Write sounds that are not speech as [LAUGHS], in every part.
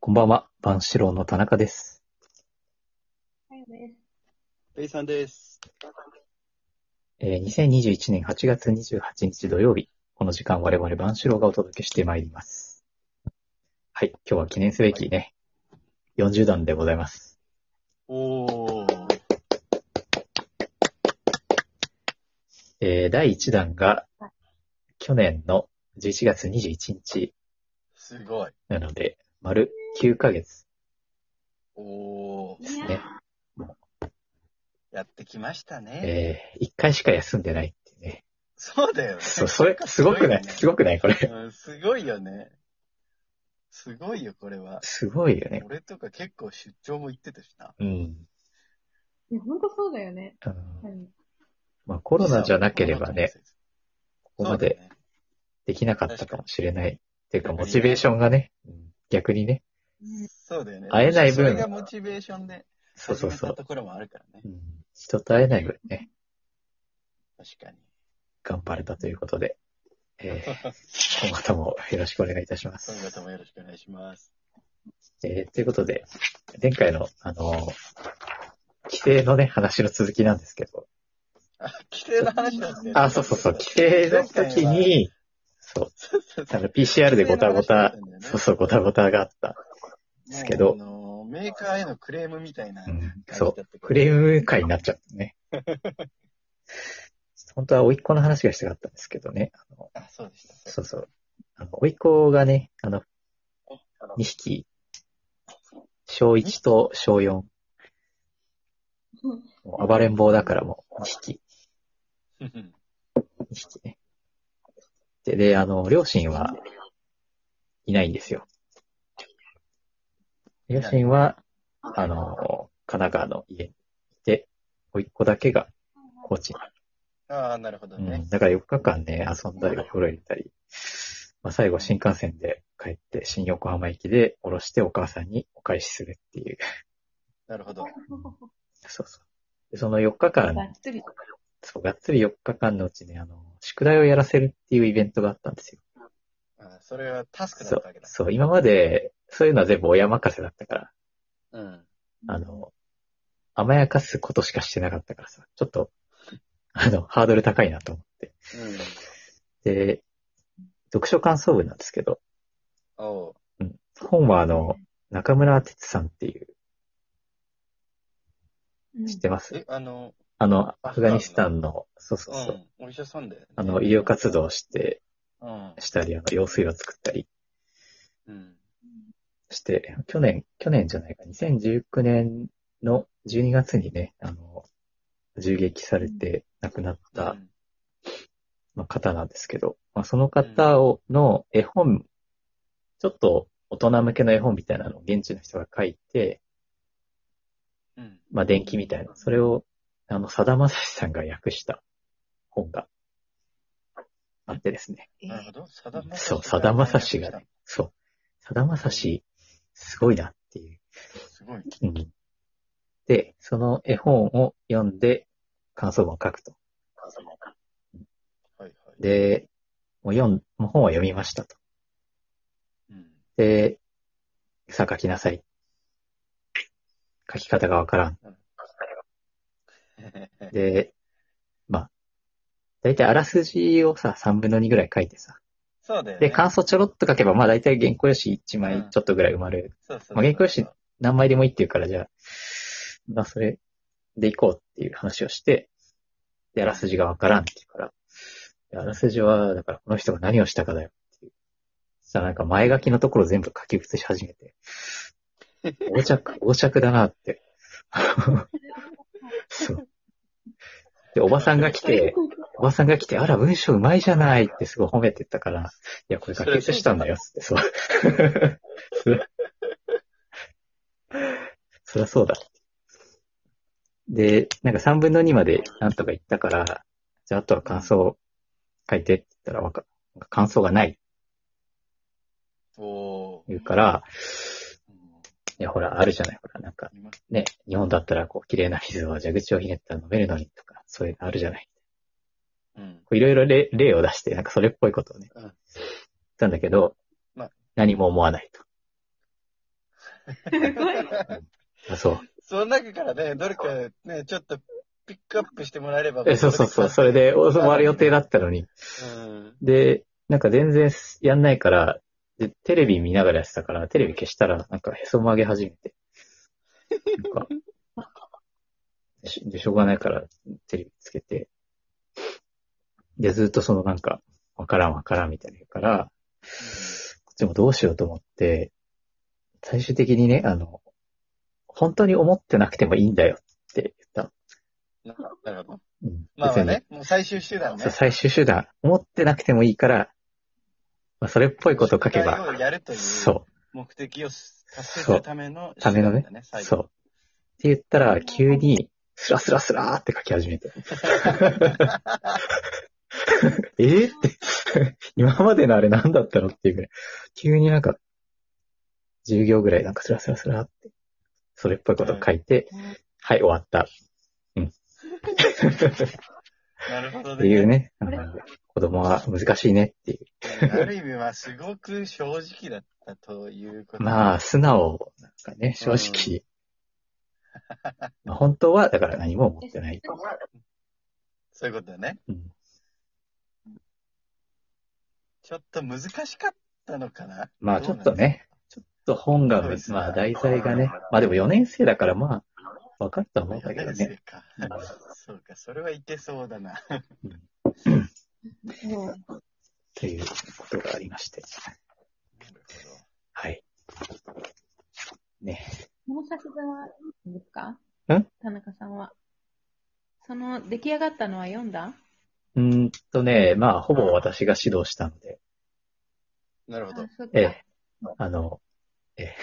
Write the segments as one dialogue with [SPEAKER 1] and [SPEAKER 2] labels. [SPEAKER 1] こんばんは、万志郎の田中です。
[SPEAKER 2] はいです。
[SPEAKER 3] ペイさんです。
[SPEAKER 1] えー2021年8月28日土曜日、この時間我々万志郎がお届けしてまいります。はい、今日は記念すべきね、40段でございます。
[SPEAKER 3] おー。
[SPEAKER 1] えー第1弾が、去年の11月21日
[SPEAKER 3] すごい。
[SPEAKER 1] なので、丸9ヶ月
[SPEAKER 3] おー。
[SPEAKER 1] です
[SPEAKER 2] い
[SPEAKER 1] ね
[SPEAKER 2] や。
[SPEAKER 3] やってきましたね。
[SPEAKER 1] え1回しか休んでないっていうね。
[SPEAKER 3] そうだよね。
[SPEAKER 1] そ、それ、すごくないすごくないこれ。
[SPEAKER 3] うんすごいよね。すごいよ、これは。
[SPEAKER 1] すごいよね。
[SPEAKER 3] 俺とか結構出張も行ってたしな。
[SPEAKER 1] うん。
[SPEAKER 2] いや、ほんとそうだよね。
[SPEAKER 1] うん
[SPEAKER 2] うん
[SPEAKER 1] まあ、コロナじゃなければね、ここ
[SPEAKER 3] そうだ
[SPEAKER 1] ま
[SPEAKER 3] よね、
[SPEAKER 1] でできなかったかもしれない。っていうか、モチベーションがね、うん逆にね。
[SPEAKER 3] そうだよね。
[SPEAKER 1] 会えない分
[SPEAKER 3] それがモチベーションで
[SPEAKER 1] そう
[SPEAKER 3] 始
[SPEAKER 1] そう
[SPEAKER 3] め
[SPEAKER 1] そ
[SPEAKER 3] た
[SPEAKER 1] う。
[SPEAKER 3] ところもあるからね
[SPEAKER 1] う。ん、人と会えない分ね、
[SPEAKER 3] 確
[SPEAKER 1] [LAUGHS]
[SPEAKER 3] かに。
[SPEAKER 1] 頑張れたということで、えー今後ともよろしくお願いいたしま
[SPEAKER 3] 今後
[SPEAKER 1] す。
[SPEAKER 3] ともよろしくお願いします。
[SPEAKER 1] えーということで、前回の、あのー規制のね、話の続きなんですけど、
[SPEAKER 3] あ、規制の話なんですね。
[SPEAKER 1] あ、そうそうそう、規制の時に、そう、
[SPEAKER 3] そうそうそ
[SPEAKER 1] あ
[SPEAKER 3] う。
[SPEAKER 1] の PCR でごたごた、
[SPEAKER 3] 規制の話だったんだよね
[SPEAKER 1] そうそう、ごたごたがあった。ですけど
[SPEAKER 3] もうあのーメーカーへのクレームみたいな
[SPEAKER 1] う
[SPEAKER 3] 感
[SPEAKER 1] ん、
[SPEAKER 3] じだ
[SPEAKER 1] そ
[SPEAKER 3] っ
[SPEAKER 1] う
[SPEAKER 3] た、
[SPEAKER 1] クレーム会になっちゃったね。本当は甥っ子の話がしたかったんですけどね、あの
[SPEAKER 3] あ、そうでした。
[SPEAKER 1] そうそう。あの、甥っ子がね、あの、
[SPEAKER 3] あの
[SPEAKER 1] 2匹、小1と小4、もう暴れん坊だからもう2匹、2匹ね。で、で、あの、両親はいないんですよ。両親は、あの、神奈川の家にいて、甥っ子だけが高知に
[SPEAKER 3] [LAUGHS] ああ、なるほど
[SPEAKER 1] う
[SPEAKER 3] ね
[SPEAKER 1] ん、。だから4日間ね、遊んだり、お風呂入れたり、まあ、最後新幹線で帰って、新横浜駅で降ろしてお母さんにお返しするっていう。 [LAUGHS]
[SPEAKER 3] なるほど。
[SPEAKER 1] そうそう。でその4日間
[SPEAKER 2] ば、っつりとか。
[SPEAKER 1] そう、がっつり4日間のうちね、あの、宿題をやらせるっていうイベントがあったんですよ。
[SPEAKER 3] あそれはタスクだ
[SPEAKER 1] そ
[SPEAKER 3] っ
[SPEAKER 1] う
[SPEAKER 3] たわけ、だ。
[SPEAKER 1] そう、今まで、そういうのは全部親任せだったから、
[SPEAKER 3] うん。
[SPEAKER 1] あの、甘やかすことしかしてなかったからさ、ちょっと、あの、ハードル高いなと思って。
[SPEAKER 3] うん。
[SPEAKER 1] で、読書感想文なんですけど、
[SPEAKER 3] おう。
[SPEAKER 1] うん本はあの、中村哲さんっていう、
[SPEAKER 2] うん、
[SPEAKER 1] 知ってます
[SPEAKER 3] え、あの、
[SPEAKER 1] あの、アフガニスタンの、そうそう
[SPEAKER 3] う
[SPEAKER 1] そう、
[SPEAKER 3] ん。お医者さんだよね。
[SPEAKER 1] あの、医療活動をして、
[SPEAKER 3] うん。
[SPEAKER 1] したり、あの、用水を作ったり
[SPEAKER 3] うん。
[SPEAKER 1] して、去年、去年じゃないか、2019年の12月にね、あの、銃撃されて亡くなっ
[SPEAKER 3] う
[SPEAKER 1] た、
[SPEAKER 3] ん
[SPEAKER 1] まあ、方なんですけど、まあ、その方を、の絵本、ちょっと大人向けの絵本みたいなのを現地の人が書いて、
[SPEAKER 3] うん。
[SPEAKER 1] まあ、電気みたいな、それを、あの、さだまさしさんが訳した本があってですね。
[SPEAKER 2] え
[SPEAKER 3] なるほど。さだまさし。
[SPEAKER 1] そう、さだまさしがね。、そう、さだまさし、すごいなっていう。
[SPEAKER 3] すごい。
[SPEAKER 1] うんで、その絵本を読んで、感想文を書くと。
[SPEAKER 3] はいはい。
[SPEAKER 1] で、もう読ん、もう本は読みましたと。
[SPEAKER 3] うん。 [LAUGHS]
[SPEAKER 1] で、さあ書きなさい。書き方がわからん。で、まあ、だいたいあらすじをさ、3分の2ぐらい書いてさ、
[SPEAKER 3] そうだよね。
[SPEAKER 1] で、感想ちょろっと書けば、まあ大体原稿用紙1
[SPEAKER 3] う
[SPEAKER 1] 枚
[SPEAKER 3] ん
[SPEAKER 1] ちょっとぐらい埋まる。
[SPEAKER 3] そうそうそう。
[SPEAKER 1] まあ原稿用紙何枚でもいいっていうから、じゃあ、まあそれで行こうっていう話をして、で、あらすじがわからんっていうから、であらすじは、だからこの人が何をしたかだよっていう。そしたらなんか前書きのところ全部書き写し始めて、横着、 [LAUGHS] 横着だなって。 [LAUGHS] そう。で、おばさんが来て、おばさんが来て、あら、文章うまいじゃないってすごい褒めてたから、いや、これ書き写したんだよ、つって、そう。そりゃそうだ。で、なんか3分の2までなんとか言ったから、じゃああとは感想を書いてって言ったらわか、なんか感想がないって
[SPEAKER 3] おー
[SPEAKER 1] 言うから、
[SPEAKER 3] うん
[SPEAKER 1] いや、ほら、あるじゃない、ほら、なんか
[SPEAKER 3] 今
[SPEAKER 1] ね、日本だったらこう、綺麗な水は蛇口をひねったら飲めるのにとか、そういうのあるじゃない。
[SPEAKER 3] うん。
[SPEAKER 1] こういろいろ例例を出して、なんかそれっぽいことをね、
[SPEAKER 3] うん
[SPEAKER 1] 言ったんだけど、
[SPEAKER 3] まあ
[SPEAKER 1] 何も思わないと。
[SPEAKER 2] すごい。
[SPEAKER 1] あ、そう。
[SPEAKER 3] その中からね、どれかね、ちょっとピックアップしてもらえれば。
[SPEAKER 1] え、そうそうそう。それでお終わる予定だったのに。
[SPEAKER 3] うん。
[SPEAKER 1] で、なんか全然やんないから、で、テレビ見ながらやってたから、テレビ消したら、なんかへそ曲げ始めて。なんか、しで、しょうがないから、テレビつけて。で、ずっとそのなんか、わからんわからんみたいな言うから、こっちもどうしようと思って、最終的にね、あの、本当に思ってなくてもいいんだよって言った。
[SPEAKER 3] ななるほど。
[SPEAKER 1] うん、
[SPEAKER 3] まあま
[SPEAKER 1] 別
[SPEAKER 3] あ
[SPEAKER 1] に
[SPEAKER 3] ね、もう最終手段ね
[SPEAKER 1] そう。最終手段、思ってなくてもいいから、まあ、それっぽいことを書け
[SPEAKER 3] 宿
[SPEAKER 1] ば、
[SPEAKER 3] 題をやるという
[SPEAKER 1] そ
[SPEAKER 3] 目的を達成するための
[SPEAKER 1] う、ためのね
[SPEAKER 3] 手段だ、最後
[SPEAKER 1] そう。って言ったら、急に、スラスラスラーって書き始めて。 [LAUGHS] えーって、今までのあれ何だったのっていうぐらい。急になんか、10行ぐらいなんかスラスラスラーって、それっぽいことを書いて、はい、終わった。うん。
[SPEAKER 3] なるほど
[SPEAKER 1] っていうね、
[SPEAKER 3] ね。
[SPEAKER 1] あの子供は難しいねっていう。
[SPEAKER 3] ある意味はすごく正直だったということ。
[SPEAKER 1] ま
[SPEAKER 3] あ。
[SPEAKER 1] あ、素直なんかね、正直。まあ本当は、だから何も思ってない。
[SPEAKER 3] そういうことだね。
[SPEAKER 1] うん
[SPEAKER 3] ちょっと難しかったのかな
[SPEAKER 1] まあ、ちょっと。ね、ちょっと本が
[SPEAKER 3] そうで、すね
[SPEAKER 1] まあ、題材がね、まあでも4年生だから、まあ、分かった
[SPEAKER 3] どう
[SPEAKER 1] も
[SPEAKER 3] なんんだ
[SPEAKER 1] だ
[SPEAKER 3] ろ
[SPEAKER 1] けど
[SPEAKER 3] う4
[SPEAKER 1] ね。
[SPEAKER 3] 年生か。 [LAUGHS] そうか、それはいけそうだな。
[SPEAKER 2] もう、
[SPEAKER 1] ということがありまして。はい。ね。
[SPEAKER 2] この写真はいいですか
[SPEAKER 1] ん
[SPEAKER 2] 田中さんは。その、出来上がったのは読んだ
[SPEAKER 1] うーんとね、まあ、ほぼ私が指導したので、
[SPEAKER 3] なる
[SPEAKER 2] あ
[SPEAKER 3] ほど。、
[SPEAKER 2] そっか。
[SPEAKER 1] ええ、あの、ええ。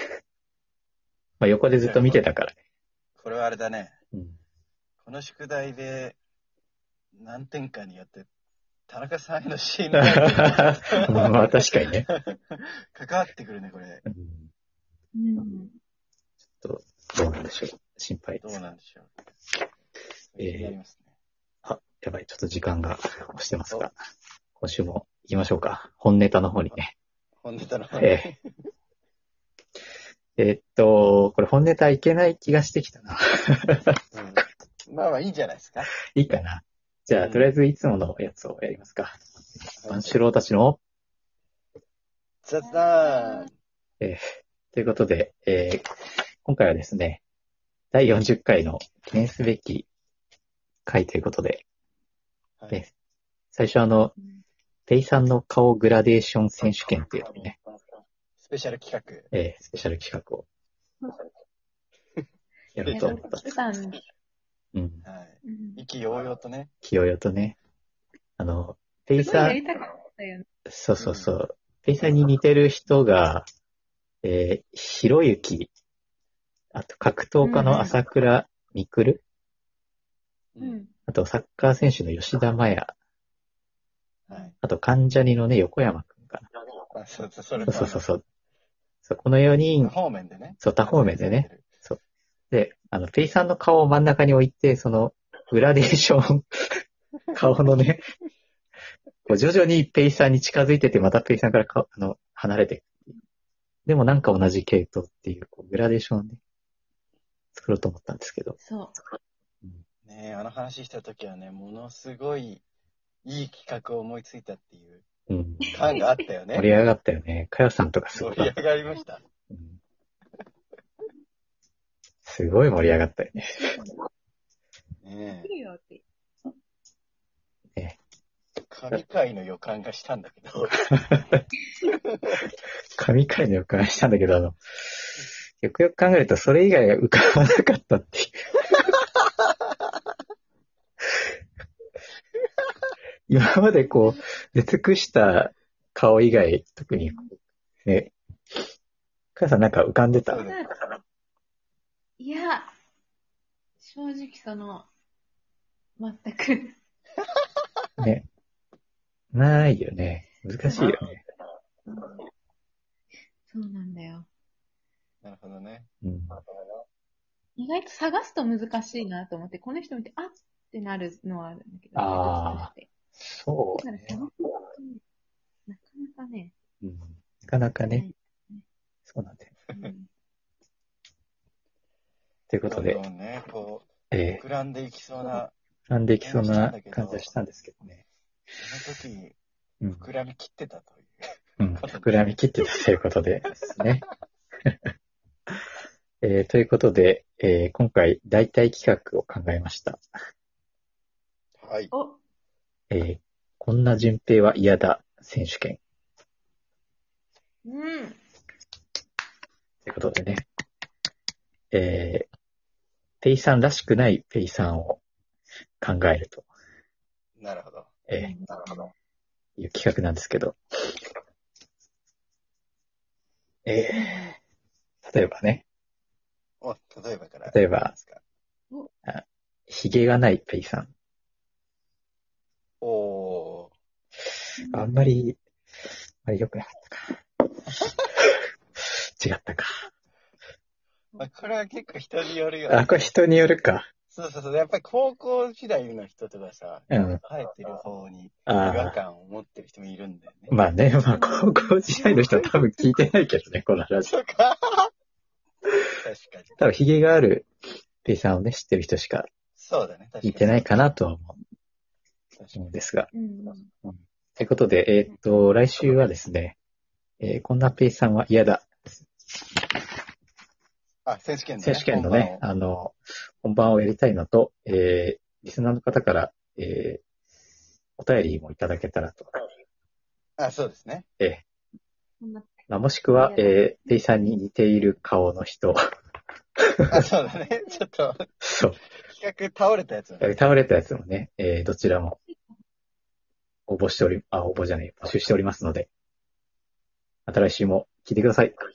[SPEAKER 1] [LAUGHS] まあ、横でずっと見てたからね。
[SPEAKER 3] これはあれだね。 [LAUGHS]
[SPEAKER 1] うん
[SPEAKER 3] この宿題で何点かによって、田中さんへの信頼が
[SPEAKER 1] [LAUGHS] まあ、確かにね。
[SPEAKER 3] 関わってくるね、これ。
[SPEAKER 1] うん
[SPEAKER 2] うん。
[SPEAKER 1] どうなんでしょう。心配
[SPEAKER 3] ど
[SPEAKER 1] で
[SPEAKER 3] う
[SPEAKER 1] す。
[SPEAKER 3] なんでしょう。
[SPEAKER 1] えー
[SPEAKER 3] やりますね。
[SPEAKER 1] あ、やばい、ちょっと時間が押してますが、今週も行きましょうか。本ネタの方にね。
[SPEAKER 3] 本ネタの方に。
[SPEAKER 1] えええーっと、これ本ネタいけない気がしてきたな。 [LAUGHS]
[SPEAKER 3] うんまあまあいいんじゃないですか。
[SPEAKER 1] いいかな。じゃあ、とりあえずいつものやつをやりますか。万四郎たちの、
[SPEAKER 3] ザザーン。
[SPEAKER 1] ということで、えー今回はですね、第40回の記念すべき回ということで、
[SPEAKER 3] はい
[SPEAKER 1] え最初あの
[SPEAKER 2] うん、
[SPEAKER 1] ペイさんの顔グラデーション選手権っていうのをね、
[SPEAKER 3] スペシャル企画。
[SPEAKER 1] えースペシャル企画をやろうと思ったんで
[SPEAKER 2] 普
[SPEAKER 1] す。
[SPEAKER 2] 段、
[SPEAKER 1] うん
[SPEAKER 3] はい
[SPEAKER 2] うん。
[SPEAKER 3] 意気揚々とね。
[SPEAKER 1] 清よとね。あの、ペイ
[SPEAKER 2] すごい
[SPEAKER 1] サ
[SPEAKER 2] や
[SPEAKER 1] ー、
[SPEAKER 2] りたかったよね。
[SPEAKER 1] そうそうそう。ペイサーに似てる人が、えー、ひろゆき、あと格闘家の朝倉みくる、
[SPEAKER 2] う
[SPEAKER 3] うん
[SPEAKER 2] ん。
[SPEAKER 1] あとサッカー選手の吉田麻也、
[SPEAKER 3] はい。
[SPEAKER 1] あと関ジャニのね、横山くんか
[SPEAKER 3] あそうそう、それ
[SPEAKER 1] な。そうそうそう。そうこの4人、
[SPEAKER 3] 方面でね。
[SPEAKER 1] そう、他方面でね。。で、あの、ペイさんの顔を真ん中に置いて、その、グラデーショ
[SPEAKER 3] [LAUGHS]
[SPEAKER 1] ン、顔のね、こう徐々にペイさんに近づいてて、またペイさんからかあの離れていく。でもなんか同じ系統っていう、こうグラデーションをね、作ろうと思ったんですけど。
[SPEAKER 2] そう。
[SPEAKER 3] ねえあの話した時はね、ものすごいいい企画を思いついたっていう
[SPEAKER 1] うん。
[SPEAKER 3] 感があったよ
[SPEAKER 1] 盛
[SPEAKER 3] ね。
[SPEAKER 1] り上がったよね。かよさんとかすご
[SPEAKER 3] 盛
[SPEAKER 1] か
[SPEAKER 3] り
[SPEAKER 1] っ
[SPEAKER 3] 上がりました。
[SPEAKER 1] た。うんすごい盛り上がったよね。
[SPEAKER 3] ね
[SPEAKER 2] 来るよって。
[SPEAKER 3] え神回の予感がしたんだけど。 [LAUGHS]
[SPEAKER 1] 神回の予感したんだけど、あの、よくよく考えると、それ以外が浮かばなかったっていう。今までこう、出尽くした顔以外、特にこう、ね、母さんなんか浮かんでた
[SPEAKER 3] そうだ
[SPEAKER 2] いや、正直その、全く、
[SPEAKER 1] ね。ないよね。難しいよね。
[SPEAKER 2] そうなんだよ。
[SPEAKER 3] なるほどね。
[SPEAKER 1] うん。
[SPEAKER 2] 意外と探すと難しいなと思って、この人見て、あっってなるのはあるんだけど、
[SPEAKER 1] あそう
[SPEAKER 2] だから
[SPEAKER 1] ね
[SPEAKER 2] 探。すのってなかなかね、
[SPEAKER 1] うんなかなかね。そうなんだよ。
[SPEAKER 2] うん
[SPEAKER 1] ということで
[SPEAKER 3] ど、んどんね、こう、
[SPEAKER 1] え
[SPEAKER 3] 膨らんでいきそうな、
[SPEAKER 1] ー、なんでいきそうな感じはしたんですけどね。
[SPEAKER 3] その時に
[SPEAKER 1] うん。
[SPEAKER 3] 膨らみ切ってたという。
[SPEAKER 1] うん、膨らみ切ってたということでですね。 [LAUGHS] えーということで、えー今回代替企画を考えました。
[SPEAKER 3] はい。
[SPEAKER 2] お、
[SPEAKER 1] えーこんな順平は嫌だ選手権
[SPEAKER 2] うん。
[SPEAKER 1] ということでね。えーペイさんらしくないペイさんを考えると、
[SPEAKER 3] なるほど。
[SPEAKER 1] え
[SPEAKER 3] なるほど。
[SPEAKER 1] ーいう企画なんですけど。えー例えばね、
[SPEAKER 3] お、例えばから。
[SPEAKER 1] 例えば
[SPEAKER 3] いいですか
[SPEAKER 1] 髭がないペイさん。
[SPEAKER 3] おー。
[SPEAKER 1] あんまり、あれ良くなかったか。違ったか。
[SPEAKER 3] まあ、これは結構人によるよ、
[SPEAKER 1] あ、これ人によるか。
[SPEAKER 3] そうそうそう。やっぱり高校時代の人とかさ、
[SPEAKER 1] うん。
[SPEAKER 3] 生えてる方に違和
[SPEAKER 1] ああ。
[SPEAKER 3] 感を持ってる人もいるんだよね。
[SPEAKER 1] まあね、まあ高校時代の人は多分聞いてないけどね、この話。
[SPEAKER 3] そうか。確かに。
[SPEAKER 1] 多分ヒゲがあるペイさんをね、知ってる人しか
[SPEAKER 3] そうだね。確かに。
[SPEAKER 1] 聞いてないかなとは思
[SPEAKER 3] 確か
[SPEAKER 1] うん
[SPEAKER 3] に。
[SPEAKER 1] ですが。
[SPEAKER 2] うん。
[SPEAKER 1] ということで、えーっと、来週はですね、えーこんなペイさんは嫌だ。
[SPEAKER 3] あ、選手権の
[SPEAKER 1] 選
[SPEAKER 3] ね。
[SPEAKER 1] 手権のね、あの、本番をやりたいのと、えー、リスナーの方から、えー、お便りもいただけたらと。
[SPEAKER 3] あ、そうですね。
[SPEAKER 1] えー
[SPEAKER 2] こんな
[SPEAKER 1] まあ、もしくは、
[SPEAKER 2] いや
[SPEAKER 1] えー、ペイさんに似ている顔の人。 [LAUGHS]
[SPEAKER 3] あ、そうだね。ちょっと、
[SPEAKER 1] そう。
[SPEAKER 3] 企画倒れたやつだね。
[SPEAKER 1] 倒れたやつもね、えー、どちらも応募しており、あ、応募じゃない、募集しておりますので、また来週も聞いてください。